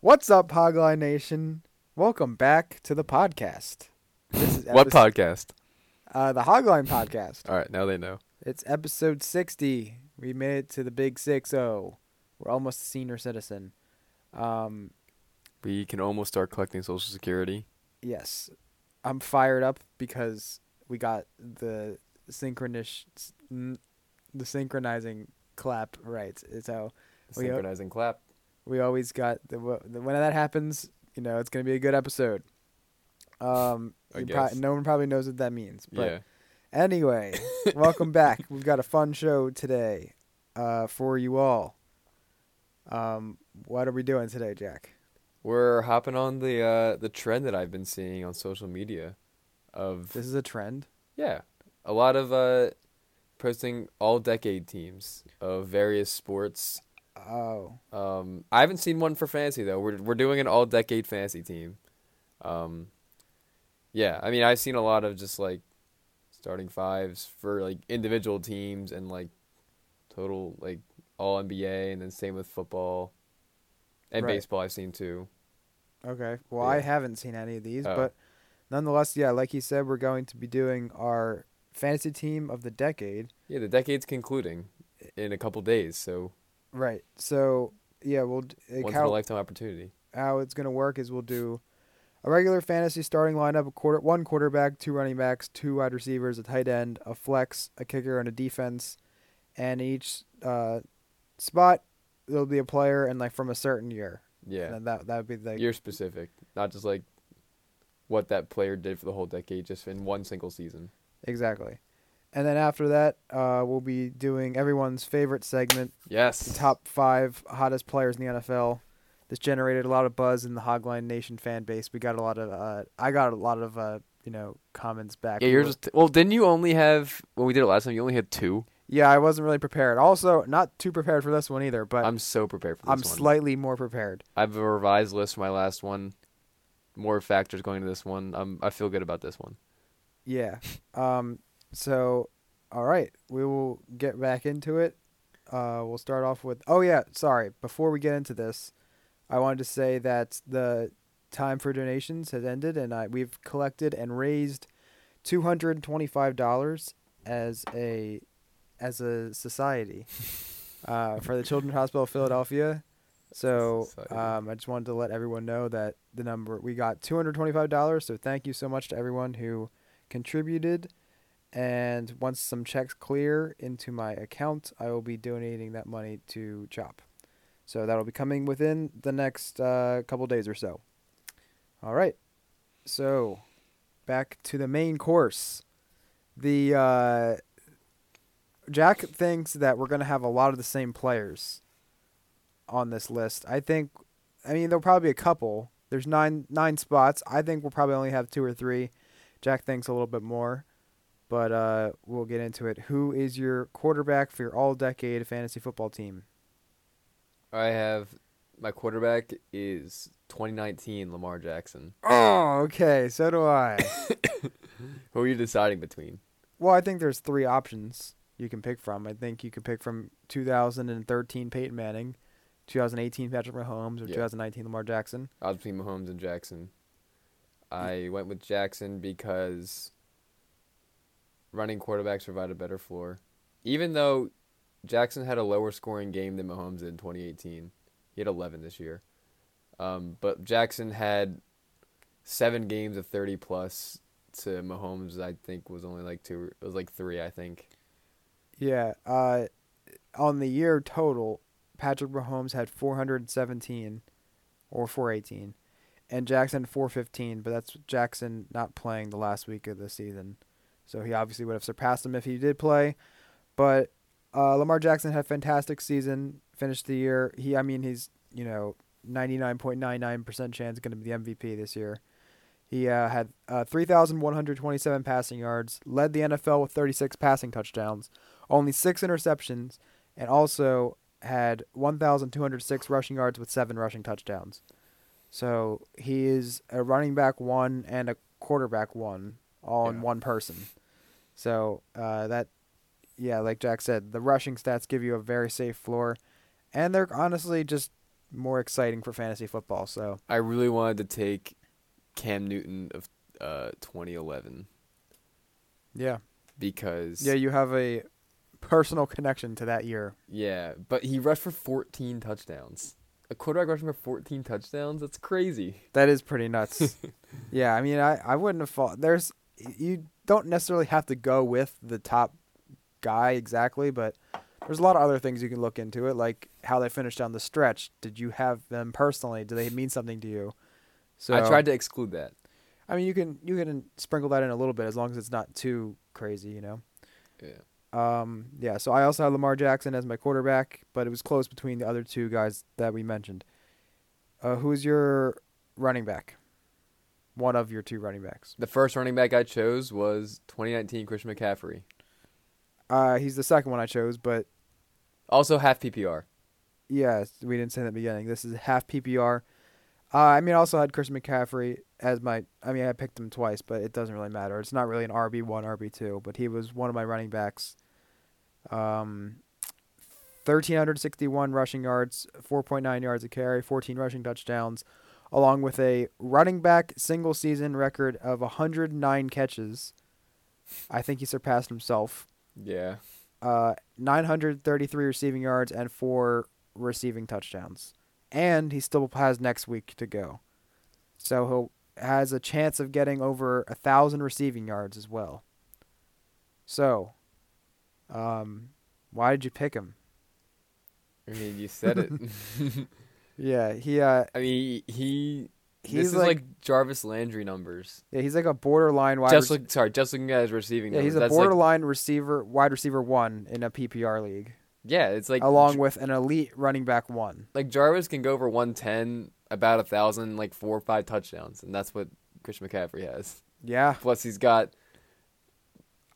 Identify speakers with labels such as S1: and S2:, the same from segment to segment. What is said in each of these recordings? S1: What's up, Hogline Nation? Welcome back to the podcast. This is
S2: What
S1: episode-
S2: podcast?
S1: Uh, the Hogline podcast.
S2: All right, now they know.
S1: It's episode 60. We made it to the big 60. We're almost a senior citizen. Um,
S2: We can almost start collecting Social Security.
S1: yes, I'm fired up because we got the synchronous, n- the synchronizing clap right. So We-
S2: Synchronizing clap.
S1: we always got the, wh- the when that happens, you know, it's gonna be a good episode. Um,
S2: I
S1: you prob-
S2: guess.
S1: no one probably knows what that means, but
S2: yeah.
S1: Anyway, welcome back. We've got a fun show today uh, for you all. Um, what are we doing today, Jack?
S2: We're hopping on the uh, the trend that I've been seeing on social media of
S1: This is a trend.
S2: yeah, a lot of uh, posting all decade teams of various sports.
S1: Oh,
S2: Um, I haven't seen one for fantasy though. We're we're doing an all decade fantasy team. Um, yeah, I mean I've seen a lot of just like starting fives for like individual teams and like total like all NBA and then same with football and
S1: Right.
S2: baseball I've seen too.
S1: okay. Well, I
S2: Yeah.
S1: haven't seen any of these,
S2: Oh.
S1: but nonetheless, yeah, like you said, we're going to be doing our fantasy team of the decade.
S2: Yeah, the decade's concluding in a couple days, so
S1: Right. So, yeah, we'll. d- Like
S2: once in a
S1: how,
S2: lifetime opportunity.
S1: how it's going to work is we'll do a regular fantasy starting lineup, a quarter, one quarterback, two running backs, two wide receivers, a tight end, a flex, a kicker, and a defense. And in each uh, spot, there'll be a player and like from a certain year.
S2: Yeah,
S1: And that that would be the
S2: year specific, not just like what that player did for the whole decade, just in one single season.
S1: exactly. And then after that, uh, we'll be doing everyone's favorite segment,
S2: Yes,
S1: the top five hottest players in the NFL. This generated a lot of buzz in the Hogline Nation fan base. We got a lot of, uh, I got a lot of, uh, you know, comments back.
S2: Yeah,
S1: We
S2: you're
S1: were-
S2: just well. Didn't you only have when we did it last time? You only had two.
S1: Yeah, I wasn't really prepared. Also, not too prepared for this one either, but I'm,
S2: I'm so prepared for this one.
S1: slightly more prepared.
S2: I have a revised list for my last one. More factors going to this one. I'm, I feel good about this one.
S1: Yeah. Um. So, all right, we will get back into it. Uh, we'll start off with. Oh yeah, sorry. Before we get into this, I wanted to say that the time for donations has ended, and I we've collected and raised two hundred twenty-five dollars as a as a society uh, for the Children's Hospital of Philadelphia. So
S2: Society.
S1: um, I just wanted to let everyone know that the number we got two hundred twenty-five dollars. So thank you so much to everyone who contributed. And once some checks clear into my account, I will be donating that money to Chop. So that'll be coming within the next uh, couple days or so. All right. So back to the main course. The uh, Jack thinks that we're going to have a lot of the same players on this list. I think, I mean, there'll probably be a couple. There's nine nine spots. I think we'll probably only have two or three. Jack thinks a little bit more, but uh, we'll get into it. Who is your quarterback for your all-decade fantasy football team?
S2: I have my quarterback is 2019 Lamar Jackson.
S1: Oh, okay. So do I.
S2: Who are you deciding between?
S1: well, I think there's three options you can pick from. I think you could pick from 2013 Peyton Manning, 2018 Patrick Mahomes, or
S2: Yeah.
S1: 2019 Lamar Jackson.
S2: I was between Mahomes and Jackson. I went with Jackson because running quarterbacks provide a better floor. Even though Jackson had a lower scoring game than Mahomes did in 2018, he had 11 this year. Um, but Jackson had seven games of 30 plus to Mahomes. I think was only like two. It was like three. I think.
S1: Yeah. Uh, on the year total, Patrick Mahomes had 417 or 418, and Jackson 415. But that's Jackson not playing the last week of the season, so he obviously would have surpassed him if he did play. But uh, Lamar Jackson had a fantastic season. Finished the year. He, I mean, he's you know 99.99% chance going to be the MVP this year. He uh, had uh, 3,127 passing yards, led the NFL with 36 passing touchdowns, only six interceptions, and also had 1,206 rushing yards with seven rushing touchdowns. So he is a running back one and a quarterback one, all in
S2: Yeah.
S1: one person. So uh, that, yeah, like Jack said, the rushing stats give you a very safe floor, and they're honestly just more exciting for fantasy football. So
S2: I really wanted to take Cam Newton of uh 2011
S1: yeah,
S2: because
S1: yeah, you have a personal connection to that year.
S2: yeah, but he rushed for 14 touchdowns. A quarterback rushing for 14 touchdowns? That's crazy.
S1: That is pretty nuts. yeah, I mean, I, I wouldn't have thought there's you don't necessarily have to go with the top guy exactly, but there's a lot of other things you can look into it, like how they finished down the stretch. Did you have them personally? Do they mean something to you? So
S2: I tried to exclude that.
S1: I mean, you can you can sprinkle that in a little bit as long as it's not too crazy, you know.
S2: Yeah.
S1: Um, yeah, so I also had Lamar Jackson as my quarterback, but it was close between the other two guys that we mentioned. Uh, who is your running back? One of your two running backs.
S2: The first running back I chose was 2019 Christian McCaffrey.
S1: Uh, he's the second one I chose, but
S2: Also half PPR.
S1: yeah, we didn't say in the beginning. This is half PPR. Uh, I mean, I also had Christian McCaffrey as my. I mean, I picked him twice, but it doesn't really matter. It's not really an RB one, RB two, but he was one of my running backs. Um, thirteen hundred sixty one rushing yards, four point nine yards a carry, fourteen rushing touchdowns, along with a running back single season record of hundred nine catches. I think he surpassed himself.
S2: Yeah.
S1: uh, 933 receiving yards and four receiving touchdowns. And he still has next week to go. So he has a chance of getting over a thousand receiving yards as well. So, um, why did you pick him?
S2: I mean, you said it.
S1: Yeah, he uh,
S2: I mean, he.
S1: He's
S2: this is like, Jarvis Landry numbers.
S1: yeah, he's like a borderline wide.
S2: Just
S1: rec-
S2: look, sorry, just looking at his receiving.
S1: yeah,
S2: numbers,
S1: he's a
S2: that's like-
S1: borderline receiver, wide receiver one in a PPR league,
S2: yeah, it's like
S1: along with an elite running back one.
S2: like Jarvis can go for 110, about a thousand, like four or five touchdowns, and that's what Christian McCaffrey has.
S1: Yeah,
S2: Plus he's got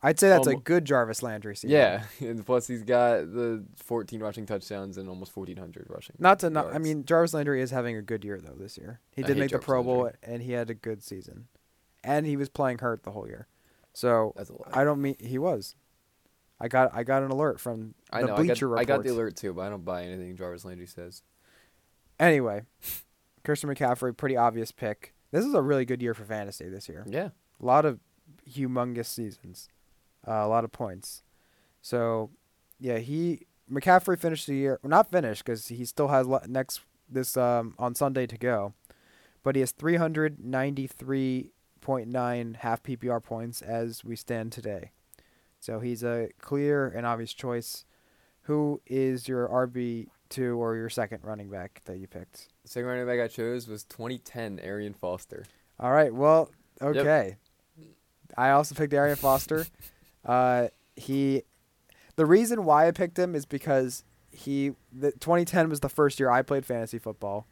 S1: I'd say that's a
S2: Almo-
S1: good Jarvis Landry season.
S2: Um, yeah, and plus he's got the 14 rushing touchdowns and almost 1400 rushing.
S1: Not to not, I
S2: yards.
S1: mean Jarvis Landry is having a good year though this year. He
S2: I
S1: did
S2: hate
S1: make the
S2: Jarvis
S1: Pro Bowl and he had a good season, and he was playing hurt the whole year. So
S2: that's a lot.
S1: I don't mean he was. I got I got an alert from
S2: I
S1: the
S2: know. I got,
S1: Bleacher Report.
S2: I got the alert too, but I don't buy anything Jarvis Landry says.
S1: Anyway, Christian McCaffrey, pretty obvious pick. This is a really good year for fantasy this year.
S2: Yeah,
S1: A lot of humongous seasons, uh, a lot of points. So, yeah, he McCaffrey finished the year well, not finished because he still has le- next this um, on Sunday to go, but he has three hundred ninety three point nine half PPR points as we stand today. So he's a clear and obvious choice. Who is your RB two or your second running back that you picked?
S2: second running back I chose was 2010 Arian Foster.
S1: All right. Well, okay. I also picked Arian Foster. uh, he, the reason why I picked him is because he, the 2010 was the first year I played fantasy football,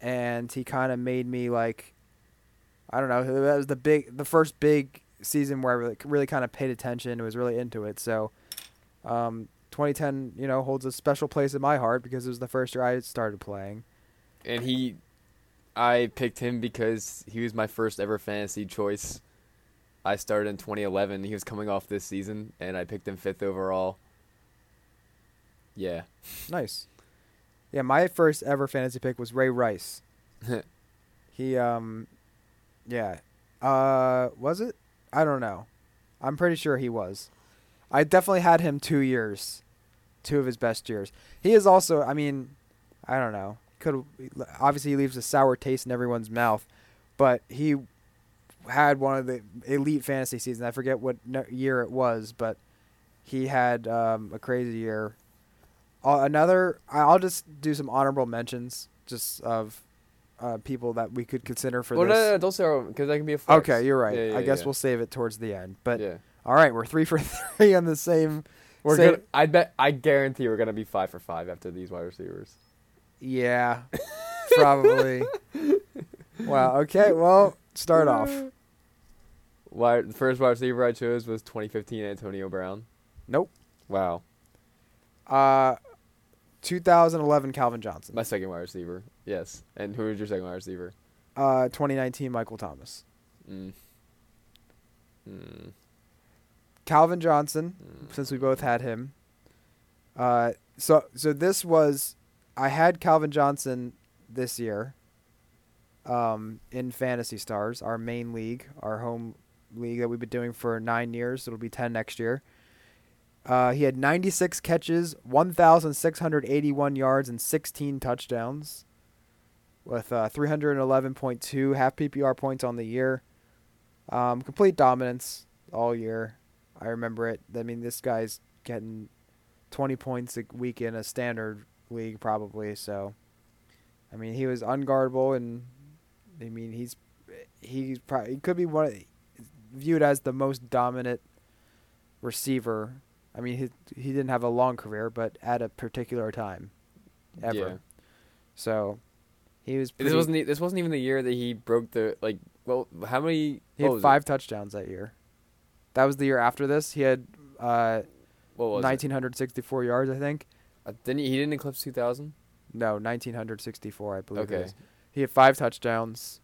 S1: and he kind of made me like, I don't know. That was the big, the first big season where I really, really kind of paid attention and was really into it. So, um, 2010, you know, holds a special place in my heart because it was the first year I started playing.
S2: and he I picked him because he was my first ever fantasy choice. I started in 2011. He was coming off this season, and I picked him fifth overall. Yeah,
S1: Nice. Yeah, my first ever fantasy pick was Ray Rice. he um yeah. Uh was it? I don't know. I'm pretty sure he was. I definitely had him 2 years. Two of his best years. He is also, I mean, I don't know. Could obviously he leaves a sour taste in everyone's mouth, but he had one of the elite fantasy seasons. I forget what no- year it was, but he had um, a crazy year. Uh, another, I- I'll just do some honorable mentions just of uh, people that we could consider for
S2: well, no,
S1: this.
S2: no, no, don't say because that can be a flex.
S1: okay, you're right.
S2: Yeah, yeah,
S1: I guess
S2: yeah.
S1: we'll save it towards the end. But
S2: yeah.
S1: all right, we're three for three on the same.
S2: We're
S1: same-
S2: gonna, I bet I guarantee we're gonna be five for five after these wide receivers.
S1: Yeah, probably. wow. Okay. Well, start off.
S2: Wide, the first wide receiver I chose was 2015 Antonio Brown.
S1: Nope.
S2: Wow,
S1: Uh, 2011 Calvin Johnson.
S2: my second wide receiver. Yes, and who is your second wide receiver?
S1: Uh, 2019 Michael Thomas.
S2: Mm. Mm.
S1: Calvin Johnson,
S2: Mm.
S1: since we both had him. Uh, so so this was I had Calvin Johnson this year um, in Fantasy Stars, our main league, our home league that we've been doing for nine years. It'll be 10 next year. Uh, he had 96 catches, 1,681 yards, and 16 touchdowns with uh, 311.2 half PPR points on the year. Um, complete dominance all year. I remember it. I mean, this guy's getting 20 points a week in a standard league, probably. So, I mean, he was unguardable, and I mean, he's he's probably he could be one of, viewed as the most dominant receiver. I mean, he he didn't have a long career, but at a particular time, ever.
S2: Yeah.
S1: So, he was.
S2: This
S1: Pretty,
S2: wasn't. e- This wasn't even the year that he broke the like. Well, how many?
S1: He
S2: what
S1: had
S2: was it?
S1: five touchdowns that year. That was the year after this. He had uh,
S2: What was it?
S1: 1964 yards, I think.
S2: Uh, didn't he, he didn't eclipse two thousand?
S1: No, 1964, I believe. it
S2: Okay.
S1: is. He had five touchdowns.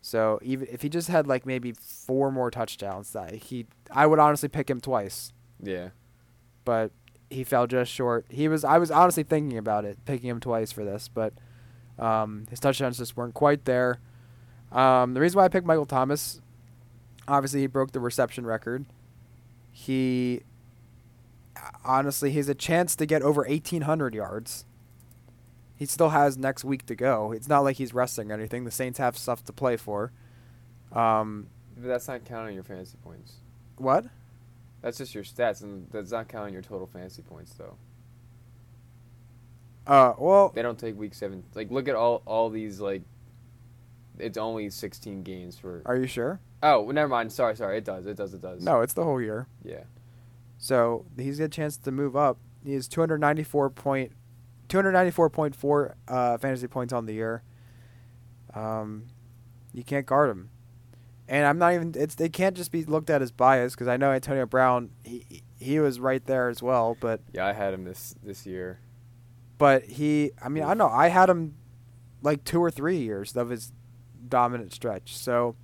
S1: So even if he just had like maybe four more touchdowns, that he I would honestly pick him twice,
S2: Yeah.
S1: but he fell just short. He was I was honestly thinking about it, picking him twice for this, but um, his touchdowns just weren't quite there. Um, the reason why I picked Michael Thomas, obviously he broke the reception record. He honestly he has a chance to get over 1800 yards. He still has next week to go. It's not like he's resting or anything. The Saints have stuff to play for. Um,
S2: But that's not counting your fantasy points.
S1: what?
S2: That's just your stats, and that's not counting your total fantasy points though.
S1: Uh, well,
S2: They don't take week seven. Like, look at all all these like. It's only sixteen games for.
S1: are you sure?
S2: Oh, well, never mind. Sorry, sorry. It does. It does. It does.
S1: No, it's the whole year.
S2: Yeah.
S1: So he's got a chance to move up. He has 294 point, 294.4 uh, fantasy points on the year. Um, you can't guard him, and I'm not even. It's they can't just be looked at as biased because I know Antonio Brown. He he was right there as well, but
S2: Yeah, I had him this this year.
S1: but he. I mean, I know I had him like two or three years of his dominant stretch. So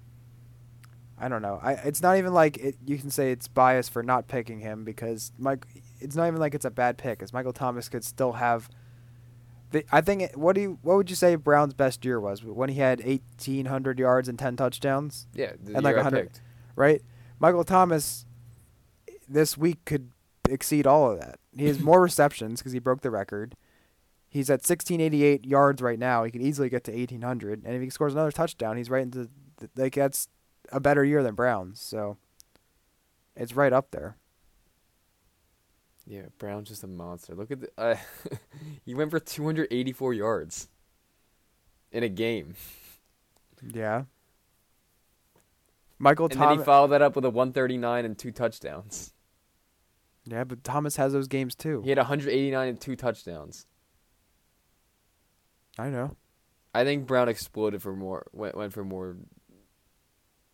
S1: I don't know. I it's not even like it, you can say it's biased for not picking him because Mike. It's not even like it's a bad pick. As Michael Thomas could still have. The, I think it, what do you what would you say Brown's best year was when he had eighteen hundred yards and ten touchdowns,
S2: Yeah. The
S1: And, like,
S2: year I
S1: 100
S2: picked.
S1: right? Michael Thomas this week could exceed all of that. He has more receptions because he broke the record. He's at 1688 yards right now. He could easily get to 1800, and if he scores another touchdown, he's right into th- like that's a better year than Browns. So it's right up there.
S2: Yeah, Brown's just a monster. Look at the, uh, he went for 284 yards in a game,
S1: Yeah. Michael
S2: and then
S1: Thomas.
S2: he followed that up with a 139 and two touchdowns.
S1: yeah, but Thomas has those games too.
S2: He had 189 and two touchdowns.
S1: I know.
S2: I think Brown exploded for more. Went went for more.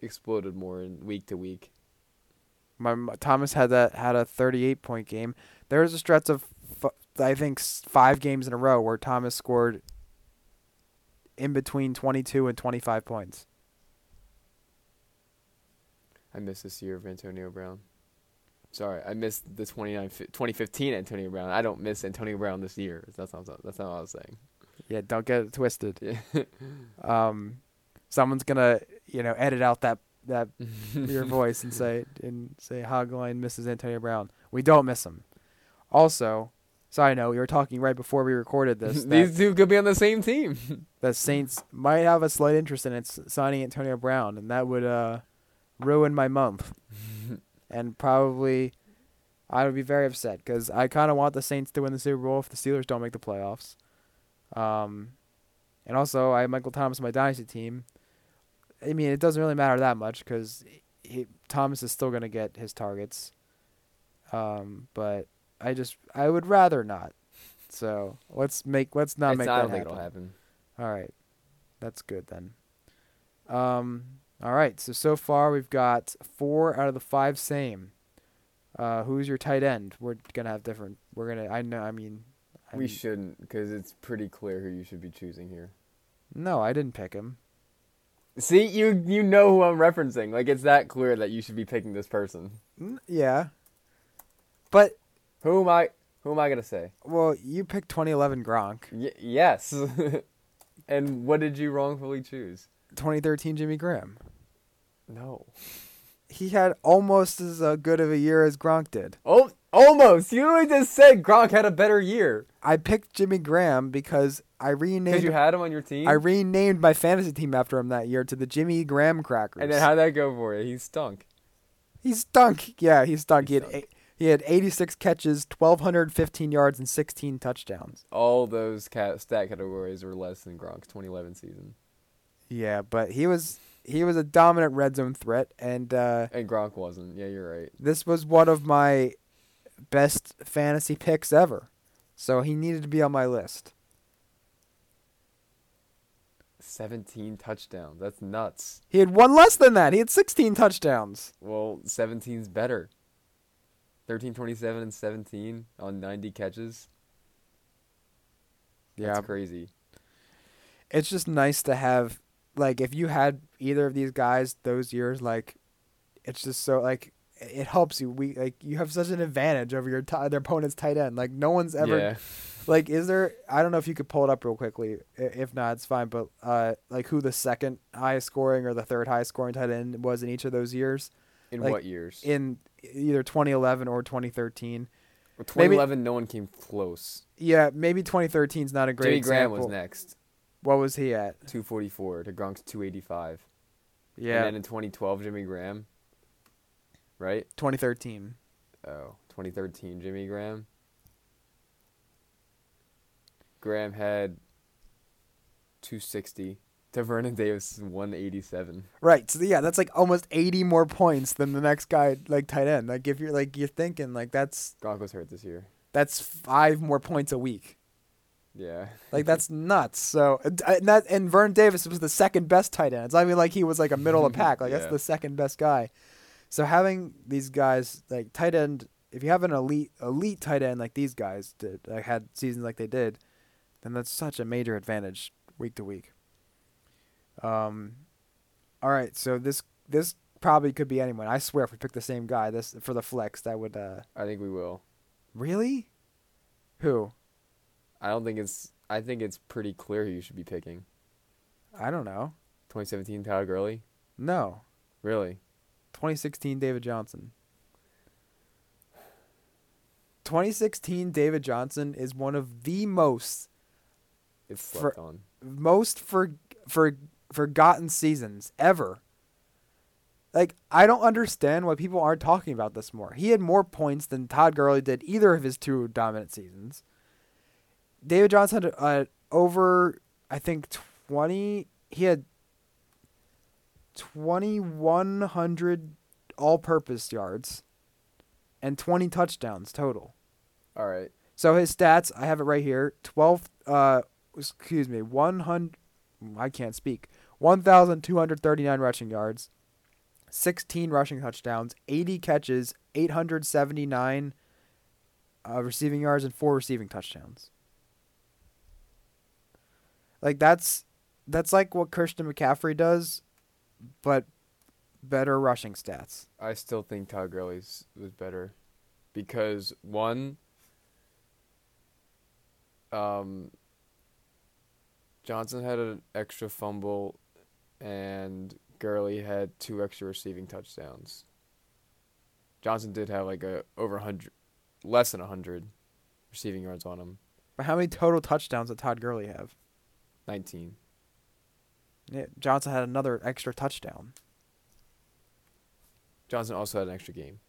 S2: Exploded more in week to week.
S1: My my- Thomas had that had a 38 point game. There was a stretch of f- I think s- five games in a row where Thomas scored in between 22 and 25 points.
S2: I miss this year of Antonio Brown. Sorry, I missed the 29, fi- 2015 Antonio Brown. I don't miss Antonio Brown this year. That's not that's not what I was saying.
S1: Yeah, don't get it twisted. Um, someone's gonna you know edit out that that your voice and say and say Hogline misses Antonio Brown. We don't miss him. Also, side note, we were talking right before we recorded this. that-
S2: These two could be on the same team.
S1: the Saints might have a slight interest in it, signing Antonio Brown, and that would uh, ruin my month. and probably I would be very upset because I kind of want the Saints to win the Super Bowl if the Steelers don't make the playoffs. Um, and also, I have Michael Thomas on my dynasty team. I mean, it doesn't really matter that much because he, Thomas is still going to get his targets. Um, but I just I would rather not. So let's make let's not
S2: It's-
S1: make
S2: I
S1: that
S2: don't think
S1: happen.
S2: it'll happen.
S1: All right. That's good then. Um all right. So so far we've got 4 out of the 5 same. Uh who's your tight end? We're going to have different we're going to I know I mean I
S2: We
S1: mean-
S2: shouldn't, because it's pretty clear who you should be choosing here.
S1: No, I didn't pick him.
S2: See, you you know who I'm referencing. Like it's that clear that you should be picking this person.
S1: N- yeah. But
S2: Who am I? Who am I gonna say?
S1: Well, you picked 2011 Gronk,
S2: Y- yes. and what did you wrongfully choose?
S1: 2013 Jimmy Graham.
S2: No.
S1: He had almost as uh, good of a year as Gronk did.
S2: Oh, almost. You literally just said Gronk had a better year
S1: I picked Jimmy Graham because I renamed
S2: because you had him on your team.
S1: I renamed my fantasy team after him that year to the Jimmy Graham Crackers.
S2: and then how'd that go for you? He stunk.
S1: He stunk. Yeah, he stunk.
S2: He
S1: He, had
S2: stunk.
S1: eight, he had 86 catches, 1215 yards and 16 touchdowns.
S2: All those cat- stat categories were less than Gronk's 2011 season,
S1: Yeah, but he was he was a dominant red zone threat and uh
S2: and Gronk wasn't. Yeah, you're right.
S1: this was one of my best fantasy picks ever. So he needed to be on my list.
S2: 17 touchdowns. That's nuts.
S1: He had one less than that. He had 16 touchdowns.
S2: Well, 17's better. 13, 27, and 17 on 90 catches. That's crazy.
S1: it's just nice to have like if you had either of these guys those years like it's just so like it helps you we like you have such an advantage over your t- their opponent's tight end like no one's ever
S2: Yeah.
S1: like is there i don't know if you could pull it up real quickly I- if not it's fine but uh like who the second highest scoring or the third highest scoring tight end was in each of those years
S2: In
S1: like,
S2: what years?
S1: in either 2011 or 2013
S2: Well,
S1: maybe-
S2: 2011, no one came close.
S1: yeah maybe 2013 is not a great
S2: Jimmy Graham was
S1: example.
S2: next,
S1: what was he at
S2: 244 to Gronk's 285. And
S1: yeah
S2: then in 2012, Jimmy Graham. Right?
S1: 2013
S2: Oh, 2013, Jimmy Graham. Graham had 260 to Vernon Davis 187.
S1: Right. So yeah, that's like almost eighty more points than the next guy, like tight end. Like if you're like you're thinking like that's
S2: Gronk was hurt this year.
S1: that's five more points a week.
S2: Yeah.
S1: Like that's nuts. So and uh, and that and Vern Davis was the second best tight end. It's not even like he was like a middle of the pack. Like
S2: Yeah.
S1: that's the second best guy. So having these guys like tight end, if you have an elite elite tight end like these guys did, like had seasons like they did, then that's such a major advantage week to week. Um, all right. So this this probably could be anyone. I swear, if we pick the same guy, this for the flex, that would uh
S2: I think we will.
S1: really. Who?
S2: I don't think it's. I think it's pretty clear who you should be picking.
S1: I don't know.
S2: 2017 Tyler Gurley.
S1: No.
S2: Really?
S1: 2016 David Johnson. 2016 David Johnson is one of the most
S2: It's
S1: For-
S2: slept on.
S1: most for for forgotten seasons ever. Like I don't understand why people aren't talking about this more. He had more points than Todd Gurley did either of his two dominant seasons. David Johnson had uh, over I think 20 he had 2100 all-purpose yards and 20 touchdowns total.
S2: All right.
S1: So his stats, I have it right here. Twelve, uh, excuse me, one hundred. I can't speak. One thousand two hundred thirty-nine rushing yards, sixteen rushing touchdowns, eighty catches, eight hundred seventy-nine uh, receiving yards, and four receiving touchdowns. Like that's that's like what Christian McCaffrey does, but better rushing stats.
S2: I still think Todd Gurley's was better because one, um, Johnson had an extra fumble, and Gurley had two extra receiving touchdowns. Johnson did have like a over hundred, less than hundred, receiving yards on him,
S1: But how many total touchdowns did Todd Gurley have?
S2: nineteen.
S1: Yeah, Johnson had another extra touchdown.
S2: Johnson also had an extra game.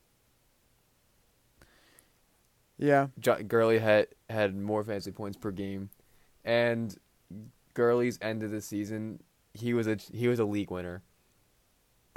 S1: Yeah.
S2: jo- Gurley had had more fantasy points per game, and Gurley's end of the season, he was a he was a league winner.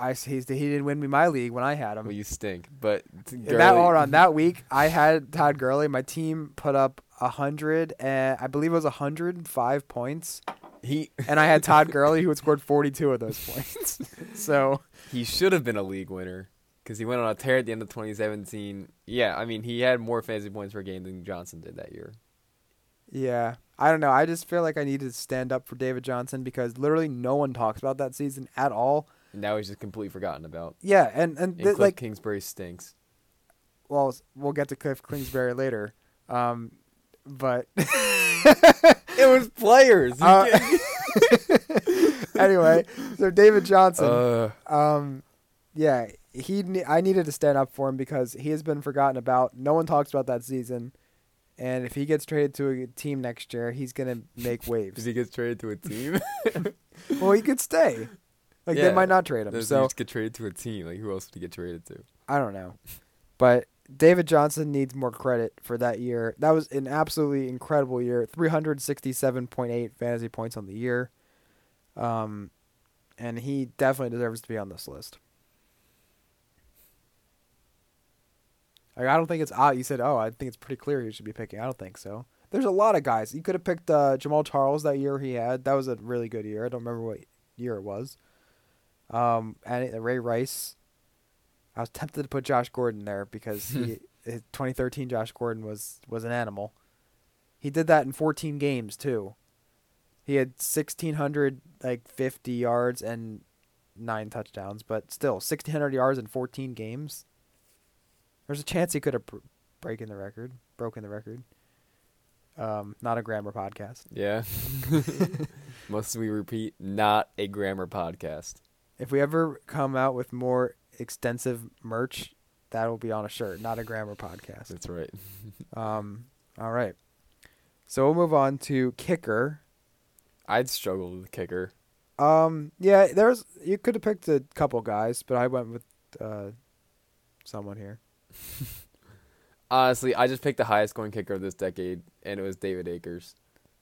S1: I he's, he didn't win me my league when I had him.
S2: Well, you stink, but t-
S1: In
S2: Gurley,
S1: that hold on that week I had Todd Gurley. My team put up a hundred and I believe it was hundred and five points,
S2: he
S1: and I had Todd Gurley who had scored forty two of those points. so
S2: he should have been a league winner because he went on a tear at the end of 2017. Yeah, I mean he had more fantasy points per game than Johnson did that year.
S1: yeah, I don't know. I just feel like I need to stand up for David Johnson because literally no one talks about that season at all.
S2: And now he's just completely forgotten about.
S1: Yeah, and and,
S2: And
S1: th-
S2: Cliff
S1: like
S2: Kingsbury stinks.
S1: well, we'll get to Cliff Kingsbury later. Um, but
S2: It was players.
S1: Uh, anyway, so David Johnson,
S2: Uh,
S1: um, yeah, he ne- I needed to stand up for him because he has been forgotten about. No one talks about that season, and if he gets traded to a team next year, he's gonna make
S2: because
S1: waves.
S2: he gets traded to a team.
S1: well, he could stay. Like
S2: Yeah,
S1: they might not trade him.
S2: Those
S1: So
S2: dudes get traded to a team. Like who else would he get traded to?
S1: I don't know, but David Johnson needs more credit for that year. That was an absolutely incredible year. Three hundred sixty-seven point eight fantasy points on the year, um, and he definitely deserves to be on this list. Like, I don't think it's out. You said, "Oh, I think it's pretty clear you should be picking." I don't think so. There's a lot of guys. You could have picked uh, Jamal Charles that year he had. That was a really good year. I don't remember what year it was. Um, and uh, Ray Rice. I was tempted to put Josh Gordon there because he, his 2013 Josh Gordon was was an animal. He did that in 14 games too. He had 1600 like 50 yards and nine touchdowns, but still 1600 yards in 14 games. There's a chance he could have br- breaking the record, broken the record. Um, not a grammar podcast.
S2: Yeah. Must we repeat? Not a grammar podcast.
S1: If we ever come out with more extensive merch, that'll be on a shirt, not a grammar podcast.
S2: That's right.
S1: Um, all right. So we'll move on to kicker.
S2: I'd struggle with kicker.
S1: Um, yeah, there's you could have picked a couple guys, but I went with uh, someone here.
S2: Honestly, I just picked the highest scoring kicker of this decade, and it was David Akers.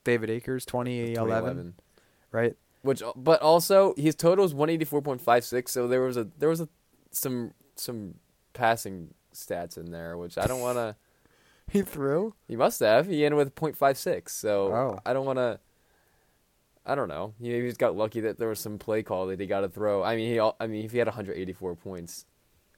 S1: David Akers, 2011,
S2: 2011.
S1: right?
S2: Which, but also his total is one eighty four point five six. So there was a there was a some some passing stats in there, which I don't want to.
S1: He threw.
S2: He must have. He ended with .56, so
S1: Oh.
S2: I don't want to. I don't know. He maybe just got lucky that there was some play call that he got to throw. I mean, he. al- I mean, if he had 184 points,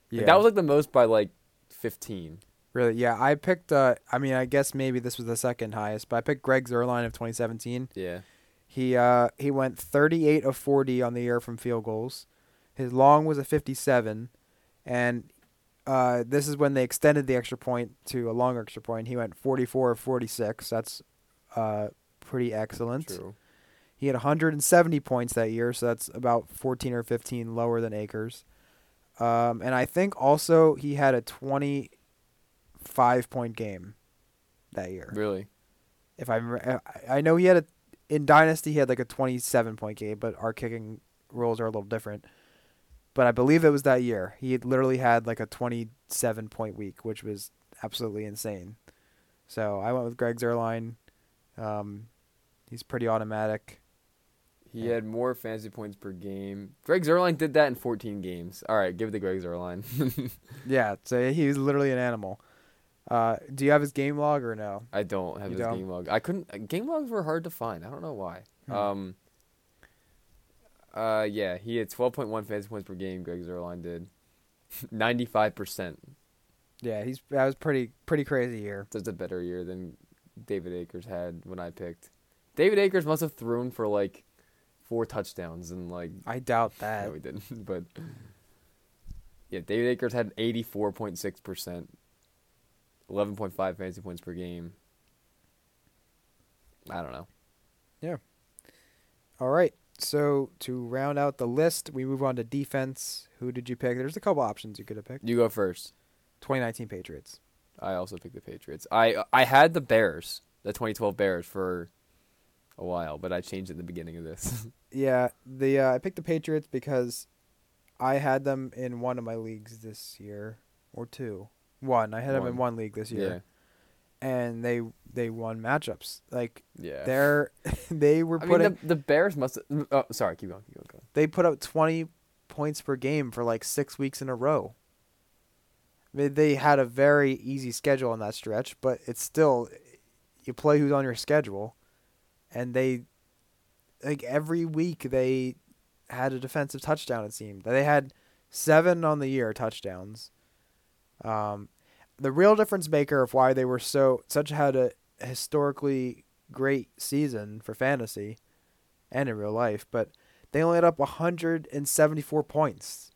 S1: Yeah,
S2: Like, that was like the most by like 15.
S1: really. Yeah, I picked. Uh, I mean, I guess maybe this was the second highest, but I picked Greg Zerline of 2017.
S2: Yeah,
S1: He uh he went 38 of 40 on the year from field goals. His long was a 57, and uh this is when they extended the extra point to a longer extra point. He went 44 of 46. That's uh pretty excellent.
S2: true.
S1: He had 170 points that year, so that's about 14 or 15 lower than Akers. Um, and I think also he had a 25 point game that year
S2: Really,
S1: if I'm re- I I know he had a in dynasty he had like a 27 point game, but our kicking rules are a little different. But I believe it was that year he had literally had like a 27 point week, which was absolutely insane. So I went with Greg Zerline. Um, he's pretty automatic.
S2: he had more fantasy points per game. Greg Zerline did that in 14 games. All right, give it to Greg Zerline.
S1: Yeah, so he was literally an animal. Uh, do you have his game log or no?
S2: I don't have
S1: You
S2: his
S1: don't?
S2: game log. I couldn't. uh, Game logs were hard to find. I don't know why.
S1: Hmm.
S2: Um. Uh yeah, he had twelve point one fantasy points per game. Greg Zerline did ninety five percent.
S1: Yeah, he's that was pretty pretty crazy year.
S2: That's a better year than David Akers had when I picked. David Akers must have thrown for like four touchdowns and like
S1: I doubt that.
S2: no, he didn't. But yeah, David Akers had eighty four point six percent, eleven point five fantasy points per game. I don't know.
S1: All right. So to round out the list, we move on to defense. Who did you pick? There's a couple options you could have picked.
S2: You go first.
S1: 2019 Patriots.
S2: I also picked the Patriots. I I had the Bears, the 2012 Bears, for a while, but I changed at the beginning of this.
S1: Yeah, the uh, I picked the Patriots because I had them in one of my leagues this year or two. One. I had them in one league this year, and they they won matchups. Like
S2: yeah, yeah.
S1: they're they were
S2: I
S1: putting
S2: mean, the, the Bears must. Oh, sorry. Keep going. Keep going. keep going.
S1: they put up 20 points per game for like six weeks in a row. I mean, they had a very easy schedule on that stretch, but it's still you play who's on your schedule, and they like every week they had a defensive touchdown. It seemed they had seven on the year touchdowns. Um, the real difference maker of why they were so such had a historically great season for fantasy and in real life, but they only had up 174 points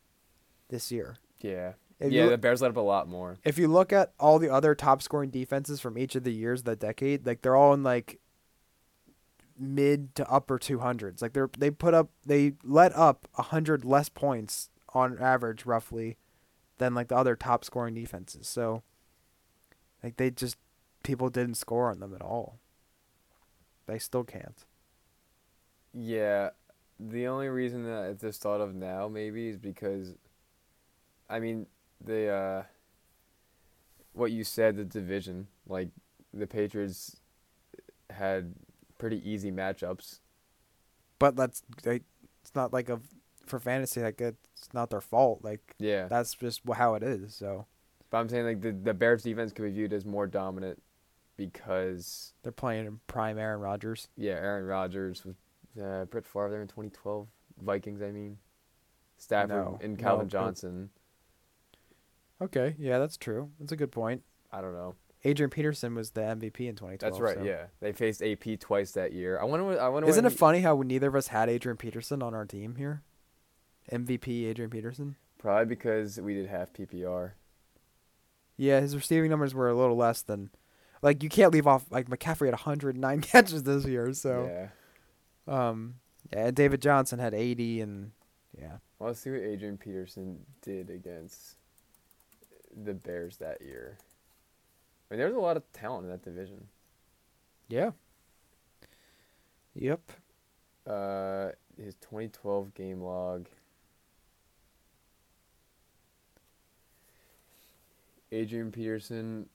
S1: this year.
S2: Yeah,
S1: If
S2: yeah,
S1: you,
S2: the Bears let up a lot more.
S1: if you look at all the other top scoring defenses from each of the years of the decade, like they're all in like mid to upper 200s. Like they're they put up they let up 100 less points on average roughly than like the other top scoring defenses. So like they just people didn't score on them at all. They still can't.
S2: Yeah, the only reason that I just thought of now maybe is because, I mean, the uh, what you said, the division, like the Patriots had pretty easy matchups.
S1: But that's they, it's not like a for fantasy like it's not their fault. Like
S2: Yeah,
S1: that's just how it is. So
S2: but I'm saying like the the Bears defense could be viewed as more dominant because
S1: they're playing in prime Aaron Rodgers.
S2: yeah, Aaron Rodgers was uh, Brett Favre there in 2012 Vikings. I mean, Stafford
S1: No,
S2: and
S1: no,
S2: Calvin
S1: but-
S2: Johnson.
S1: Okay, yeah, that's true. That's a good point.
S2: I don't know.
S1: Adrian Peterson was the MVP in 2012.
S2: That's right.
S1: so-
S2: Yeah, they faced AP twice that year. I wonder. What, I wonder. what
S1: Isn't it
S2: he-
S1: funny how neither of us had Adrian Peterson on our team here? MVP Adrian Peterson.
S2: Probably because we did half PPR.
S1: Yeah, his receiving numbers were a little less than, like you can't leave off like McCaffrey had 109 catches this year. So
S2: yeah.
S1: um, yeah, and David Johnson had 80 and yeah,
S2: Well, let's see what Adrian Peterson did against the Bears that year. I mean, there was a lot of talent in that division.
S1: yeah, yep.
S2: Uh, his 2012 game log. Adrian Peterson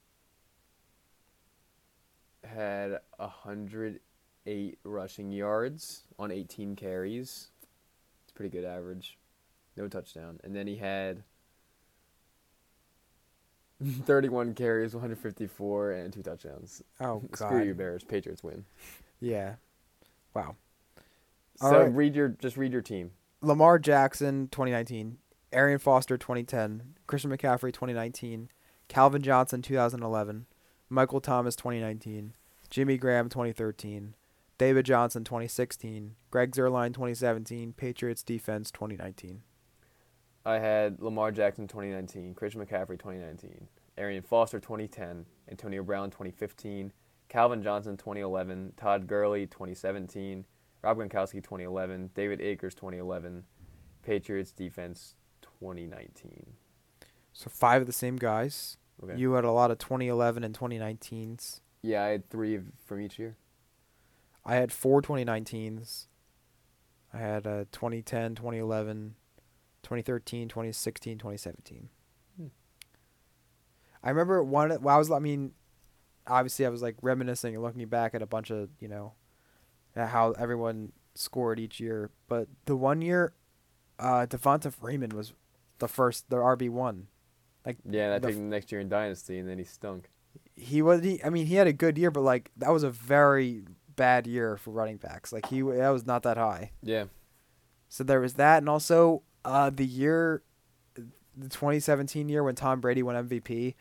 S2: had 108 rushing yards on 18 carries. It's a pretty good average. No touchdown. And then he had 31 carries, 154, and two touchdowns.
S1: Oh
S2: Screw you,
S1: god,
S2: Bears. Patriots win.
S1: yeah, wow. All
S2: so
S1: right.
S2: read your just read your team.
S1: Lamar Jackson 2019, Arian Foster 2010, Christian McCaffrey 2019, Calvin Johnson 2011, Michael Thomas 2019, Jimmy Graham 2013, David Johnson 2016, Greg Zerline 2017, Patriots defense 2019.
S2: I had Lamar Jackson 2019, Christian McCaffrey 2019, Arian Foster 2010, Antonio Brown 2015, Calvin Johnson 2011, Todd Gurley 2017, Rob Gronkowski 2011, David Akers 2011, Patriots defense 2019.
S1: So five of the same guys.
S2: Okay.
S1: You had a lot of 2011 and 2019s.
S2: yeah, I had three of- from each year.
S1: I had four 2019s. I had uh, 2010, 2011, 2013, 2016, 2017.
S2: Hmm.
S1: I remember one. Well, I was. I mean, obviously, I was like reminiscing and looking back at a bunch of you know, at how everyone scored each year. But the one year, uh, Devonta Freeman was the first, the RB one.
S2: Yeah, and I
S1: The f-
S2: took him next year in Dynasty, and then he stunk.
S1: he was he, I mean he had a good year but like that was a very bad year for running backs like he that was not that high
S2: Yeah.
S1: so there was that and also uh the year the 2017 year when Tom Brady won MVP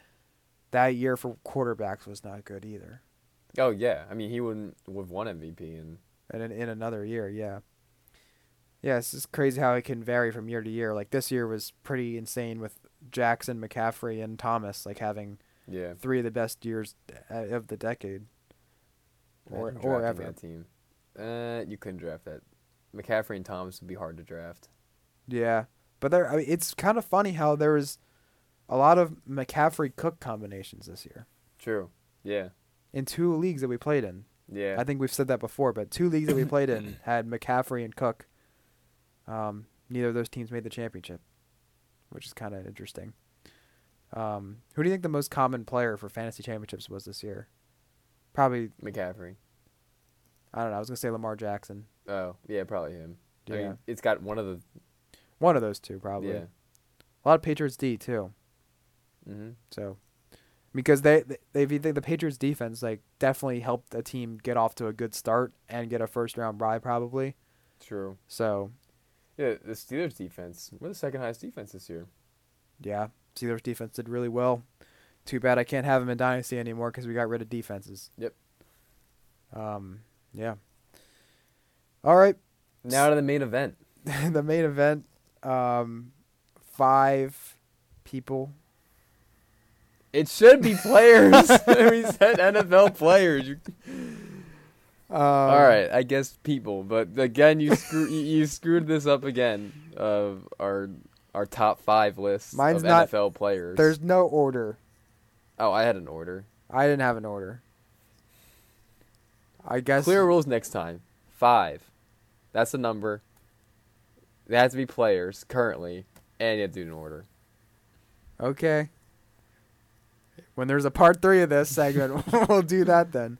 S1: that year for quarterbacks was not good either
S2: Oh, yeah. I mean, he wouldn't would have won MVP, and
S1: and in, in another year yeah yeah it's just crazy how it can vary from year to year like this year was pretty insane with Jackson McCaffrey and Thomas like having
S2: yeah.
S1: three of the best years uh, of the decade or
S2: Imagine
S1: or
S2: drafting
S1: ever
S2: that team. Uh, you couldn't draft that. McCaffrey and Thomas would be hard to draft.
S1: Yeah, but there, I mean, it's kind of funny how there was a lot of McCaffrey Cook combinations this year
S2: True. Yeah.
S1: in two leagues that we played in.
S2: Yeah.
S1: I think we've said that before, but two leagues that we played in had McCaffrey and Cook. Um, neither of those teams made the championship, which is kind of interesting. Um, who do you think the most common player for fantasy championships was this year? Probably,
S2: McCaffrey.
S1: I don't know. I was gonna say Lamar Jackson.
S2: Oh, yeah, probably him.
S1: Yeah,
S2: I mean, it's got one of the
S1: one of those two probably.
S2: yeah.
S1: A lot of Patriots D too.
S2: hmm
S1: So, because they they they the Patriots defense like definitely helped a team get off to a good start and get a first round bye probably.
S2: True.
S1: So
S2: Yeah, the Steelers defense. We're the second highest defense this year.
S1: yeah, Steelers defense did really well. Too bad I can't have him in dynasty anymore because we got rid of defenses.
S2: Yep.
S1: Um. Yeah. All right.
S2: Now to the main event.
S1: the main event, um, five people.
S2: It should be players. we said NFL players. You-
S1: Um,
S2: All right, I guess people, but again, you screw you, you screwed this up again of our our top five list
S1: Mine's
S2: of
S1: not-
S2: NFL players.
S1: There's no order.
S2: oh, I had an order.
S1: I didn't have an order. I guess.
S2: Clear rules next time. Five. That's the number. They have to be players currently, and you have to do it in order.
S1: Okay. When there's a part three of this segment, we'll do that then.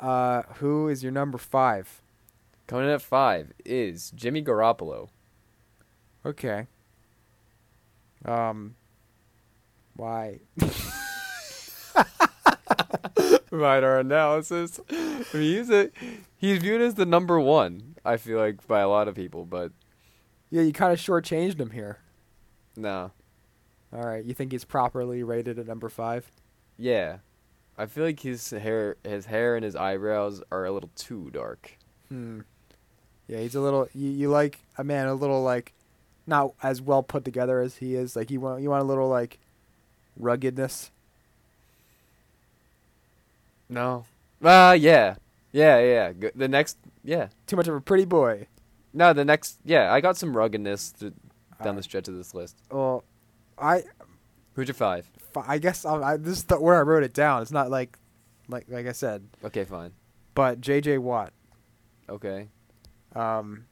S1: Uh, who is your number five?
S2: Coming in at five is Jimmy Garoppolo.
S1: Okay. Um. Why?
S2: Right, our analysis. I mean, he's a, he's viewed as the number one. I feel like by a lot of people, but
S1: Yeah, you kind of shortchanged him here.
S2: no,
S1: All right, you think he's properly rated at number five?
S2: yeah, I feel like his hair, his hair and his eyebrows are a little too dark.
S1: Hmm. Yeah, he's a little. You, you like a man a little like, not as well put together as he is. Like you want you want a little like, ruggedness.
S2: No. Uh yeah, yeah, yeah. Go- The next, yeah,
S1: Too much of a pretty boy.
S2: no, the next, yeah. I got some ruggedness th- down the
S1: Alright.
S2: stretch of this list.
S1: Well, I
S2: Who's your five?
S1: fi- I guess I, I, this is the, where I wrote it down. It's not like, like like I said,
S2: Okay, fine.
S1: but J.J. Watt.
S2: Okay.
S1: Um,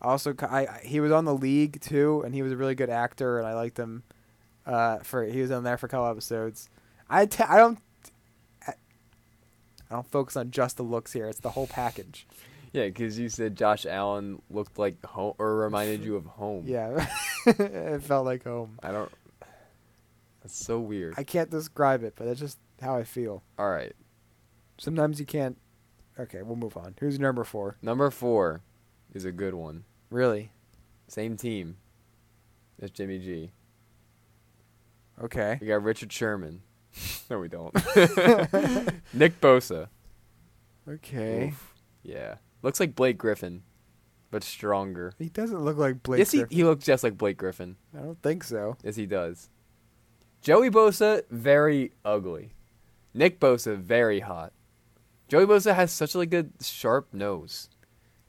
S1: also, ki- I I- he was on the league too, and he was a really good actor, and I liked him. Uh, for he was on there for a couple episodes. I t- I don't. I I don't focus on just the looks here. It's the whole package.
S2: Yeah, because you said Josh Allen looked like home or reminded you of home.
S1: Yeah, it felt like home.
S2: I don't. That's so weird.
S1: I can't describe it, but that's just how I feel.
S2: All right.
S1: Sometimes you can't. Okay, we'll move on. Who's number four?
S2: Number four is a good one.
S1: Really?
S2: Same team as Jimmy G.
S1: Okay.
S2: We got Richard Sherman. no, we don't. Nick Bosa.
S1: Okay.
S2: Oof. Yeah. Looks like Blake Griffin, but stronger.
S1: He doesn't look like Blake.
S2: yes, he,
S1: Griffin.
S2: he looks just like Blake Griffin.
S1: I don't think so.
S2: Yes, he does. Joey Bosa, very ugly. Nick Bosa, very hot. Joey Bosa has such a good sharp nose.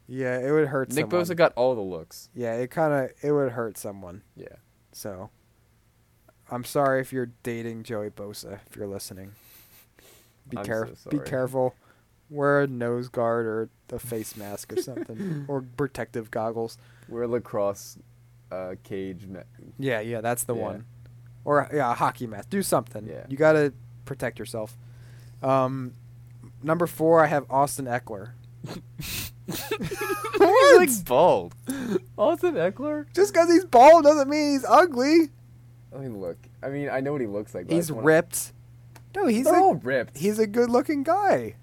S1: Yeah, it would hurt.
S2: Nick
S1: someone.
S2: Bosa got all the looks.
S1: Yeah, it kind of it would hurt someone.
S2: Yeah.
S1: So, I'm sorry if you're dating Joey Bosa. If you're listening, be
S2: I'm
S1: careful.
S2: so
S1: be
S2: sorry.
S1: careful. Wear a nose guard or a face mask or something, or protective goggles.
S2: We're a lacrosse uh, cage. Ma-
S1: Yeah, yeah, that's the
S2: Yeah.
S1: one. Or yeah, a hockey mask. Do something.
S2: Yeah.
S1: You gotta protect yourself. Um, number four, I have Austin Eckler.
S2: He's like bald. Austin Eckler?
S1: Just because he's bald doesn't mean he's ugly.
S2: I mean, Oh, look. I mean, I know what he looks like. but I
S1: He's
S2: just wanna-
S1: ripped. No, he's
S2: They're
S1: a-
S2: all ripped.
S1: He's a good-looking guy.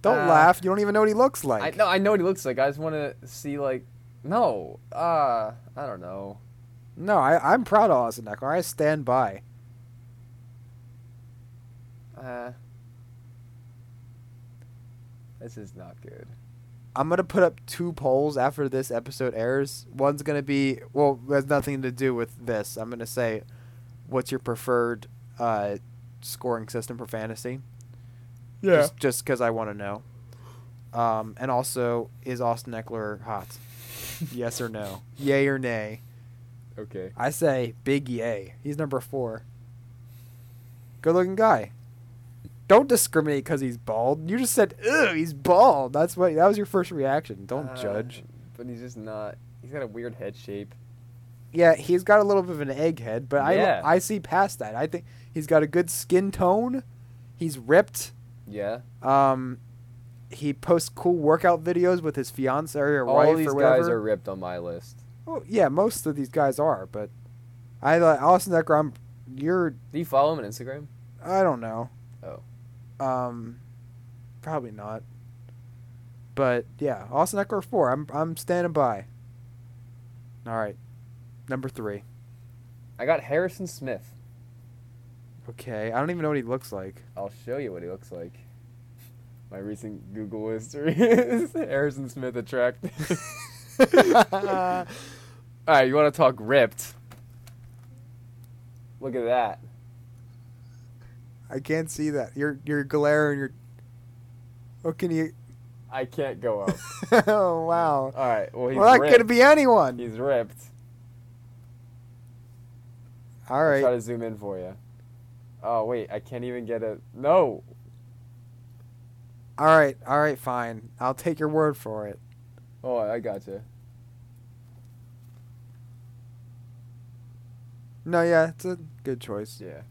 S1: Don't
S2: Uh,
S1: laugh. You don't even know what he looks
S2: I
S1: like.
S2: know. I know what he looks like. I just want to see like. No. Uh, I don't know.
S1: No, I, I'm proud of Austin Eckler. I stand by.
S2: Uh, this is not good.
S1: I'm gonna put up two polls after this episode airs. One's gonna be well, it has nothing to do with this. I'm gonna say, what's your preferred uh, scoring system for fantasy? Just- Just because I want to know. Um, and also, is Austin Eckler hot? yes or no? Yay or nay?
S2: Okay.
S1: I say big yay. He's number four. Good looking guy. Don't discriminate because he's bald. You just said, "Ugh, he's bald." That's what that was your first reaction. Don't
S2: Uh,
S1: judge.
S2: But he's just not. He's got a weird head shape.
S1: Yeah, he's got a little bit of an egghead, but
S2: Yeah.
S1: I I see past that. I think he's got a good skin tone. He's ripped.
S2: Yeah.
S1: Um, he posts cool workout videos with his fiance or
S2: All
S1: wife
S2: these
S1: or
S2: guys
S1: whatever.
S2: are ripped on my list.
S1: Well, yeah, most of these guys are, but I like Austin Eckler. I'm, you're
S2: Do you follow him on Instagram?
S1: I don't know.
S2: Oh.
S1: Um, probably not. But yeah, Austin Eckler four. I'm I'm standing by. All right, number three.
S2: I got Harrison Smith.
S1: Okay, I don't even know what he looks like.
S2: I'll show you what he looks like. My recent Google history is Harrison Smith attractive. All right, you want to talk ripped? Look at that.
S1: I can't see that. You're you're glaring. You're. What can you?
S2: I can't go up.
S1: oh wow.
S2: All right. Well, he's
S1: Well, that
S2: ripped.
S1: could be anyone.
S2: He's ripped.
S1: All
S2: I'll Try
S1: right.
S2: to zoom in for you. Oh wait, I can't even get a no.
S1: All right. All right. Fine. I'll take your word for it.
S2: Oh, I gotcha.
S1: No, yeah, it's a good choice.
S2: Yeah.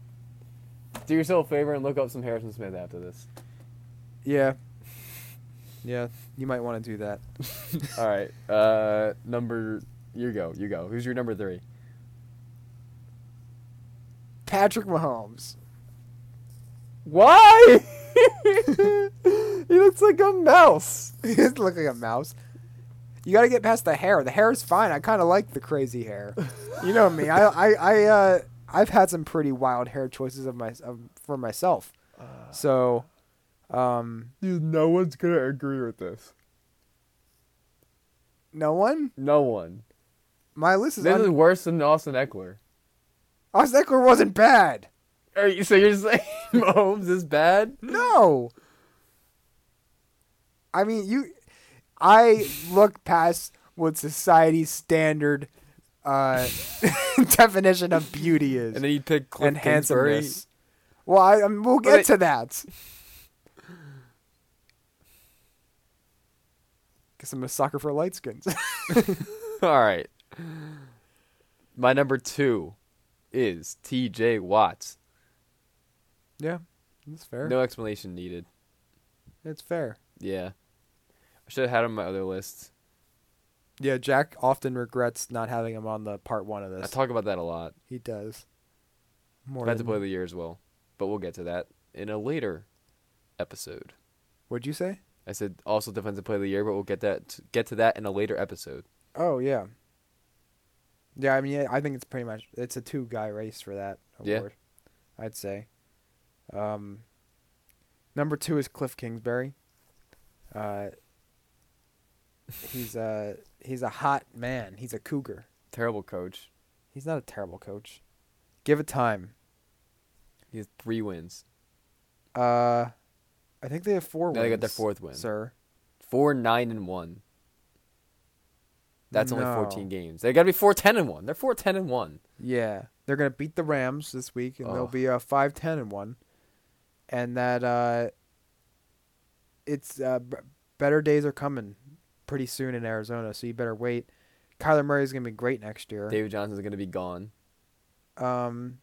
S2: Do yourself a favor and look up some Harrison Smith after this.
S1: Yeah. Yeah, you might want to do that.
S2: All right. Uh, number. You go. You go. Who's your number three?
S1: Patrick Mahomes.
S2: Why? he looks like a mouse.
S1: He doesn't look like a mouse. You got to get past the hair. The hair is fine. I kind of like the crazy hair. You know me. I I I uh I've had some pretty wild hair choices of my of, for myself. So, um,
S2: Dude, no one's gonna agree with this.
S1: no one.
S2: No one.
S1: My list is.
S2: This is
S1: Un-
S2: worse than Austin Eckler.
S1: Austin Eckler wasn't bad.
S2: Are you, so you're saying Mahomes is bad?
S1: No. I mean, you. I look past what society's standard uh, definition of beauty is
S2: And then you pick Cliff
S1: and
S2: Kingsbury.
S1: handsomeness. Well, I, I mean, we'll get
S2: it-
S1: to that. Guess I'm a sucker for light skins.
S2: All right. My number two is T.J. Watts.
S1: yeah, that's fair.
S2: No explanation needed.
S1: That's fair.
S2: Yeah. I should have had him on my other list.
S1: Yeah, Jack often regrets not having him on the part one of
S2: I
S1: this.
S2: talk about that a lot.
S1: he does. More
S2: I had to
S1: than-
S2: play of the year as well, but we'll get to that in a later episode.
S1: What'd you say?
S2: I said also defensive play of the year, but we'll get that get to that in a later episode.
S1: Oh yeah. Yeah, I mean, yeah, I think it's pretty much it's a two guy race for that
S2: Yeah.
S1: award. I'd say. Um, number two is Cliff Kingsbury. Uh, he's a he's a hot man. He's a cougar.
S2: Terrible coach.
S1: He's not a terrible coach. Give it time.
S2: He has three wins.
S1: Uh, I think they have four.
S2: Now
S1: wins,
S2: they got their fourth win.
S1: sir.
S2: Four nine and one. That's only
S1: No.
S2: fourteen games. They gotta be four ten and one. They're four ten and one.
S1: Yeah, they're gonna beat the Rams this week, and they'll
S2: Oh.
S1: be a five ten and one, and that uh, it's uh, b- better days are coming pretty soon in Arizona, so you better wait. Kyler Murray's gonna be great next year.
S2: David Johnson's gonna be gone.
S1: um,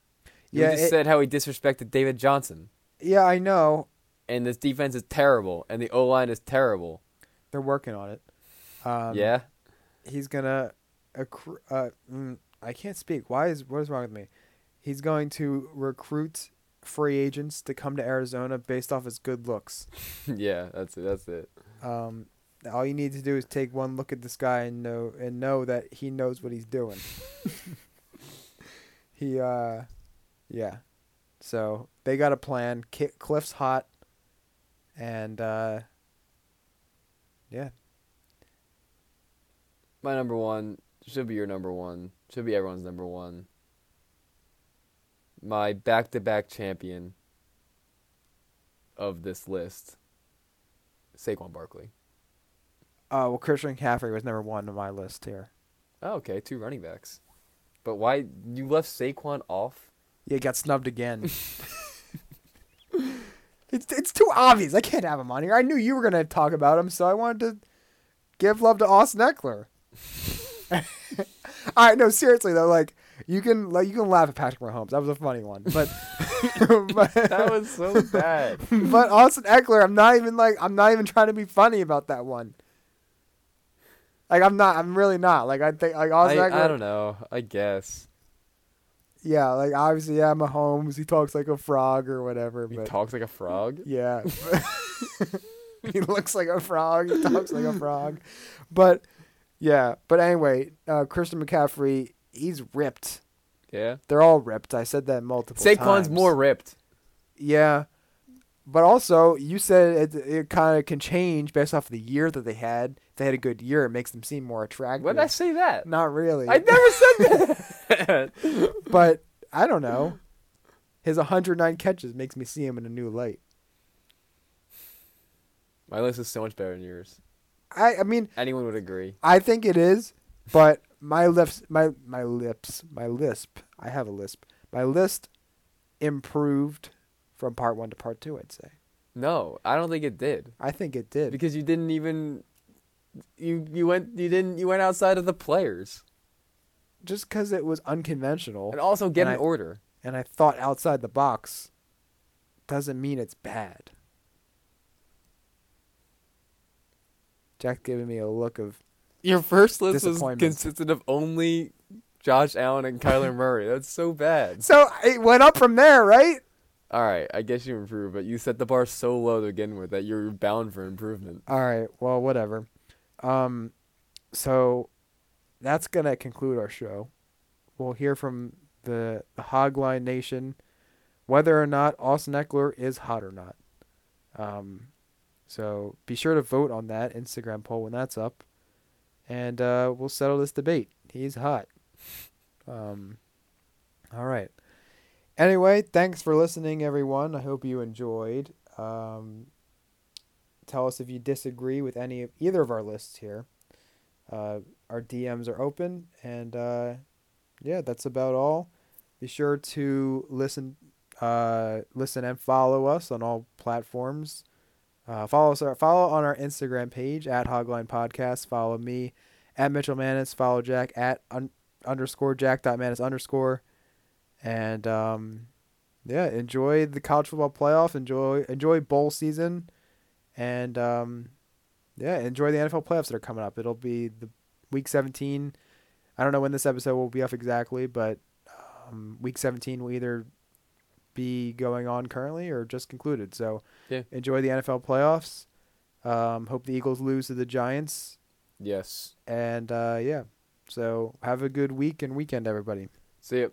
S2: You
S1: yeah,
S2: just
S1: it-
S2: said how he disrespected David Johnson.
S1: yeah, I know
S2: And this defense is terrible and the O line is terrible.
S1: they're working on it. Um,
S2: yeah?
S1: he's gonna accru- uh, mm, I can't speak. Why is what is wrong with me? He's going to recruit free agents to come to Arizona based off his good looks.
S2: yeah, that's it. That's it.
S1: Um, all you need to do is take one look at this guy and know and know that he knows what he's doing. he, uh, yeah. So they got a plan. Ki- Cliff's hot, and uh, yeah,
S2: My number one should be your number one. Should be everyone's number one. My back to back champion of this list, Saquon Barkley.
S1: uh, well, Christian Caffrey was number one on my list here.
S2: Oh, okay, two running backs. But why you left Saquon off?
S1: Yeah, he got snubbed again. it's it's too obvious. I can't have him on here. I knew you were gonna talk about him, so I wanted to give love to Austin Eckler. All right, no, seriously though, like you can like you can laugh at Patrick Mahomes. That was a funny one, but
S2: That
S1: but,
S2: was so bad.
S1: but Austin Eckler, I'm not even like I'm not even trying to be funny about that one. Like I'm not. I'm really not. Like I think like Austin
S2: I,
S1: Eckler.
S2: I don't know. I guess
S1: Yeah, like obviously, yeah, Mahomes. He talks like a frog or whatever.
S2: he
S1: but
S2: talks like a frog.
S1: Yeah. he looks like a frog. He talks like a frog. But yeah, but anyway, uh, Christian McCaffrey, he's ripped.
S2: Yeah.
S1: They're all ripped. I said that multiple
S2: Saquon's
S1: times.
S2: more ripped.
S1: Yeah. But also, you said it, it kind of can change based off the year that they had. If they had a good year, it makes them seem more attractive.
S2: When did I say that?
S1: Not really.
S2: I never said that.
S1: but I don't know. His 109 catches makes me see him in a new light.
S2: My list is so much better than yours.
S1: I, I mean,
S2: Anyone would agree.
S1: I think it is, but my lips, my my lips, my lisp. I have a lisp. My list improved from part one to part two. I'd say.
S2: No, I don't think it did
S1: I think it did.
S2: because you didn't even you you went you didn't you went outside of the players
S1: just because it was unconventional
S2: and also get
S1: And
S2: an
S1: I-
S2: order.
S1: and I thought outside the box doesn't mean it's bad. Jack giving me a look of
S2: Your first list was
S1: Disappointment.
S2: consisted of only Josh Allen and Kyler Murray. That's so bad.
S1: so it went up from there, right?
S2: All right, I guess you improved, but you set the bar so low to begin with that you're bound for improvement.
S1: All right. Well, whatever. Um, so that's gonna conclude our show. We'll hear from the, the Hogline Nation whether or not Austin Eckler is hot or not. Um, so be sure to vote on that Instagram poll when that's up, and uh, we'll settle this debate. He's hot. Um, all right. Anyway, thanks for listening, everyone. I hope you enjoyed. Um, tell us if you disagree with any of either of our lists here. Uh, our DMs are open, and uh, yeah, that's about all. Be sure to listen, uh, listen and follow us on all platforms. Uh, follow us, follow on our Instagram page at Hogline Podcast. Follow me at Mitchell Manis. Follow Jack at un- underscore Jack dot Manis underscore, and um, yeah, enjoy the college football playoff. Enjoy enjoy bowl season and um, yeah, enjoy the NFL playoffs that are coming up. It'll be the week 17. I don't know when this episode will be up exactly, but um, week 17 will either be going on currently or just concluded. So
S2: Yeah.
S1: enjoy the NFL playoffs. Um, hope the Eagles lose to the Giants,
S2: Yes.
S1: and uh, yeah. So have a good week and weekend, everybody.
S2: See ya.